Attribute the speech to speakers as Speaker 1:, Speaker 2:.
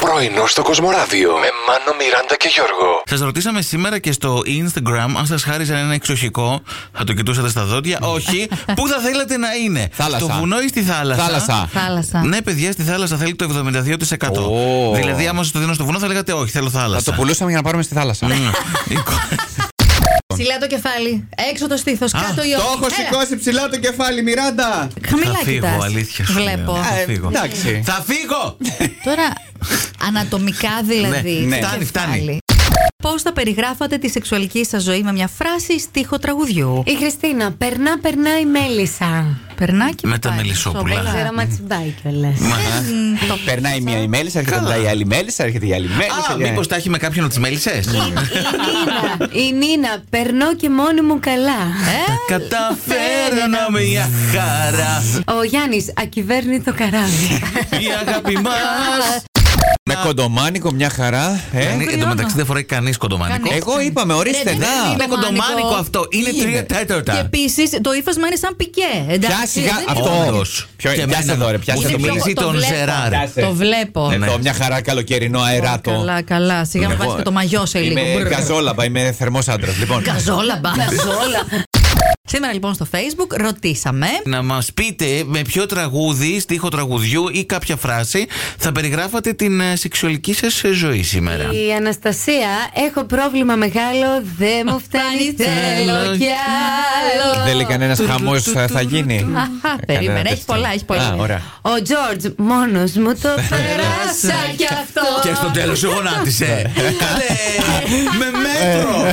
Speaker 1: Πρωινό στο Κοσμοράδιο με Μάνο, Μιράντα και Γιώργο.
Speaker 2: Σας ρωτήσαμε σήμερα και στο Instagram αν σας χάριζαν ένα εξοχικό. Θα το κοιτούσατε στα δόντια. Όχι. Πού θα θέλατε να είναι,
Speaker 3: Θάλασσα.
Speaker 2: Στο βουνό ή στη θάλασσα.
Speaker 3: Θάλασσα.
Speaker 4: Θάλασσα.
Speaker 2: Ναι, παιδιά, στη θάλασσα θέλει το 72%.
Speaker 3: Ω.
Speaker 2: Δηλαδή, άμα σας το δίνω στο βουνό, θα λέγατε Όχι, θέλω
Speaker 3: Θα
Speaker 2: θάλασσα.
Speaker 3: το πουλούσαμε για να πάρουμε στη θάλασσα.
Speaker 2: Μμ. Η κο-
Speaker 4: Ψηλά το κεφάλι. Έξω το στήθος. Κάτω η
Speaker 3: Το
Speaker 4: όχθη.
Speaker 3: έχω
Speaker 4: Έλα.
Speaker 3: σηκώσει ψηλά το κεφάλι, Μιράντα.
Speaker 4: Χαμηλά
Speaker 2: Θα φύγω,
Speaker 4: κοιτάς.
Speaker 2: αλήθεια σου
Speaker 4: Βλέπω.
Speaker 2: λέω. Θα
Speaker 3: Ε,
Speaker 2: φύγω.
Speaker 3: Εντάξει.
Speaker 2: Θα φύγω!
Speaker 4: Τώρα, ανατομικά δηλαδή.
Speaker 2: Ναι, ναι.
Speaker 4: το
Speaker 2: Φτάνει, φτάνει.
Speaker 4: κεφάλι. Πώς θα περιγράφατε τη σεξουαλική σας ζωή με μια φράση στίχο τραγουδιού.
Speaker 5: Η Χριστίνα, περνά, περνά η μέλισσα.
Speaker 4: Περνά και
Speaker 2: Με τα
Speaker 4: πάει.
Speaker 2: μελισσόπουλα. ε,
Speaker 4: Σοβαρά.
Speaker 5: Ξέρω μα τσιμπάει κιόλας.
Speaker 4: Το
Speaker 3: Περνάει μία η μέλισσα, έρχεται μετά η άλλη μέλισσα, έρχεται η άλλη μέλισσα.
Speaker 2: Α,
Speaker 3: και-
Speaker 2: μήπω τα έχει με κάποιον από τις μέλισσες.
Speaker 4: Ναι.
Speaker 5: Η Νίνα, περνώ και μόνη μου καλά.
Speaker 4: Ε,
Speaker 2: Καταφέρναμε μια χαρά.
Speaker 5: Ο Γιάννης, ακυβέρνητο καράβι.
Speaker 2: Η αγάπη μας.
Speaker 3: Με κοντομάνικο μια χαρά. ε.
Speaker 4: Ναι,
Speaker 2: Εν τω μεταξύ δεν φοράει κανείς κοντομάνικο.
Speaker 4: Κανείς.
Speaker 3: Εγώ είπαμε, ορίστε
Speaker 4: Ρε, δεν
Speaker 3: να.
Speaker 4: είναι.
Speaker 2: Είναι κοντομάνικο
Speaker 4: κοντομάνικο
Speaker 2: αυτό. Είναι τρία
Speaker 4: Και
Speaker 2: τέταρτα.
Speaker 4: επίσης το ύφασμα είναι σαν πικέ. Εντάξει,
Speaker 3: Πιά σιγά
Speaker 4: δεν
Speaker 3: αυτό.
Speaker 4: είναι-
Speaker 2: Όντως.
Speaker 3: Ποιο-
Speaker 2: Και
Speaker 3: πιάσε
Speaker 2: εμένα-
Speaker 3: εδώ, ρε, πιάσε
Speaker 2: μου
Speaker 4: το
Speaker 2: θυμίζει
Speaker 4: μίλησε.
Speaker 2: τον
Speaker 4: Το βλέπω.
Speaker 2: Ζεράρ.
Speaker 3: Πιάσε.
Speaker 4: Το
Speaker 2: ε,
Speaker 4: βλέπω. Ναι.
Speaker 3: Εδώ Ναι, μια χαρά καλοκαιρινό αεράτο.
Speaker 4: Καλά, καλά. Σιγά με
Speaker 3: Εγώ- ε,
Speaker 4: βάζεις και
Speaker 2: ε.
Speaker 4: το μαγιό σε λίγο.
Speaker 3: Είμαι
Speaker 4: Μπρρ.
Speaker 3: γκαζόλαμπα, είμαι θερμός άντρας. Λοιπόν,
Speaker 4: Καζόλα, μπα. Σήμερα λοιπόν στο Facebook ρωτήσαμε.
Speaker 2: Να μας πείτε με ποιο τραγούδι, στίχο τραγουδιού ή κάποια φράση θα περιγράφατε την ε, σεξουαλική σας ζωή σήμερα.
Speaker 5: Η Αναστασία, έχω πρόβλημα μεγάλο, δεν μου φτάνει, θέλω κι άλλο.
Speaker 3: δεν λέει κανένας χαμό θα γίνει.
Speaker 4: Αχα, περίμενε.
Speaker 3: Κανένα
Speaker 4: Έχει πολλά,
Speaker 3: τέτοιο.
Speaker 4: έχει πολλά.
Speaker 3: Α, ωραία.
Speaker 5: Ο Τζόρτζ, μόνος μου το περάσα κι αυτό.
Speaker 2: Και στο τέλος σου γονάτισε. Καλέ, με μέτρο.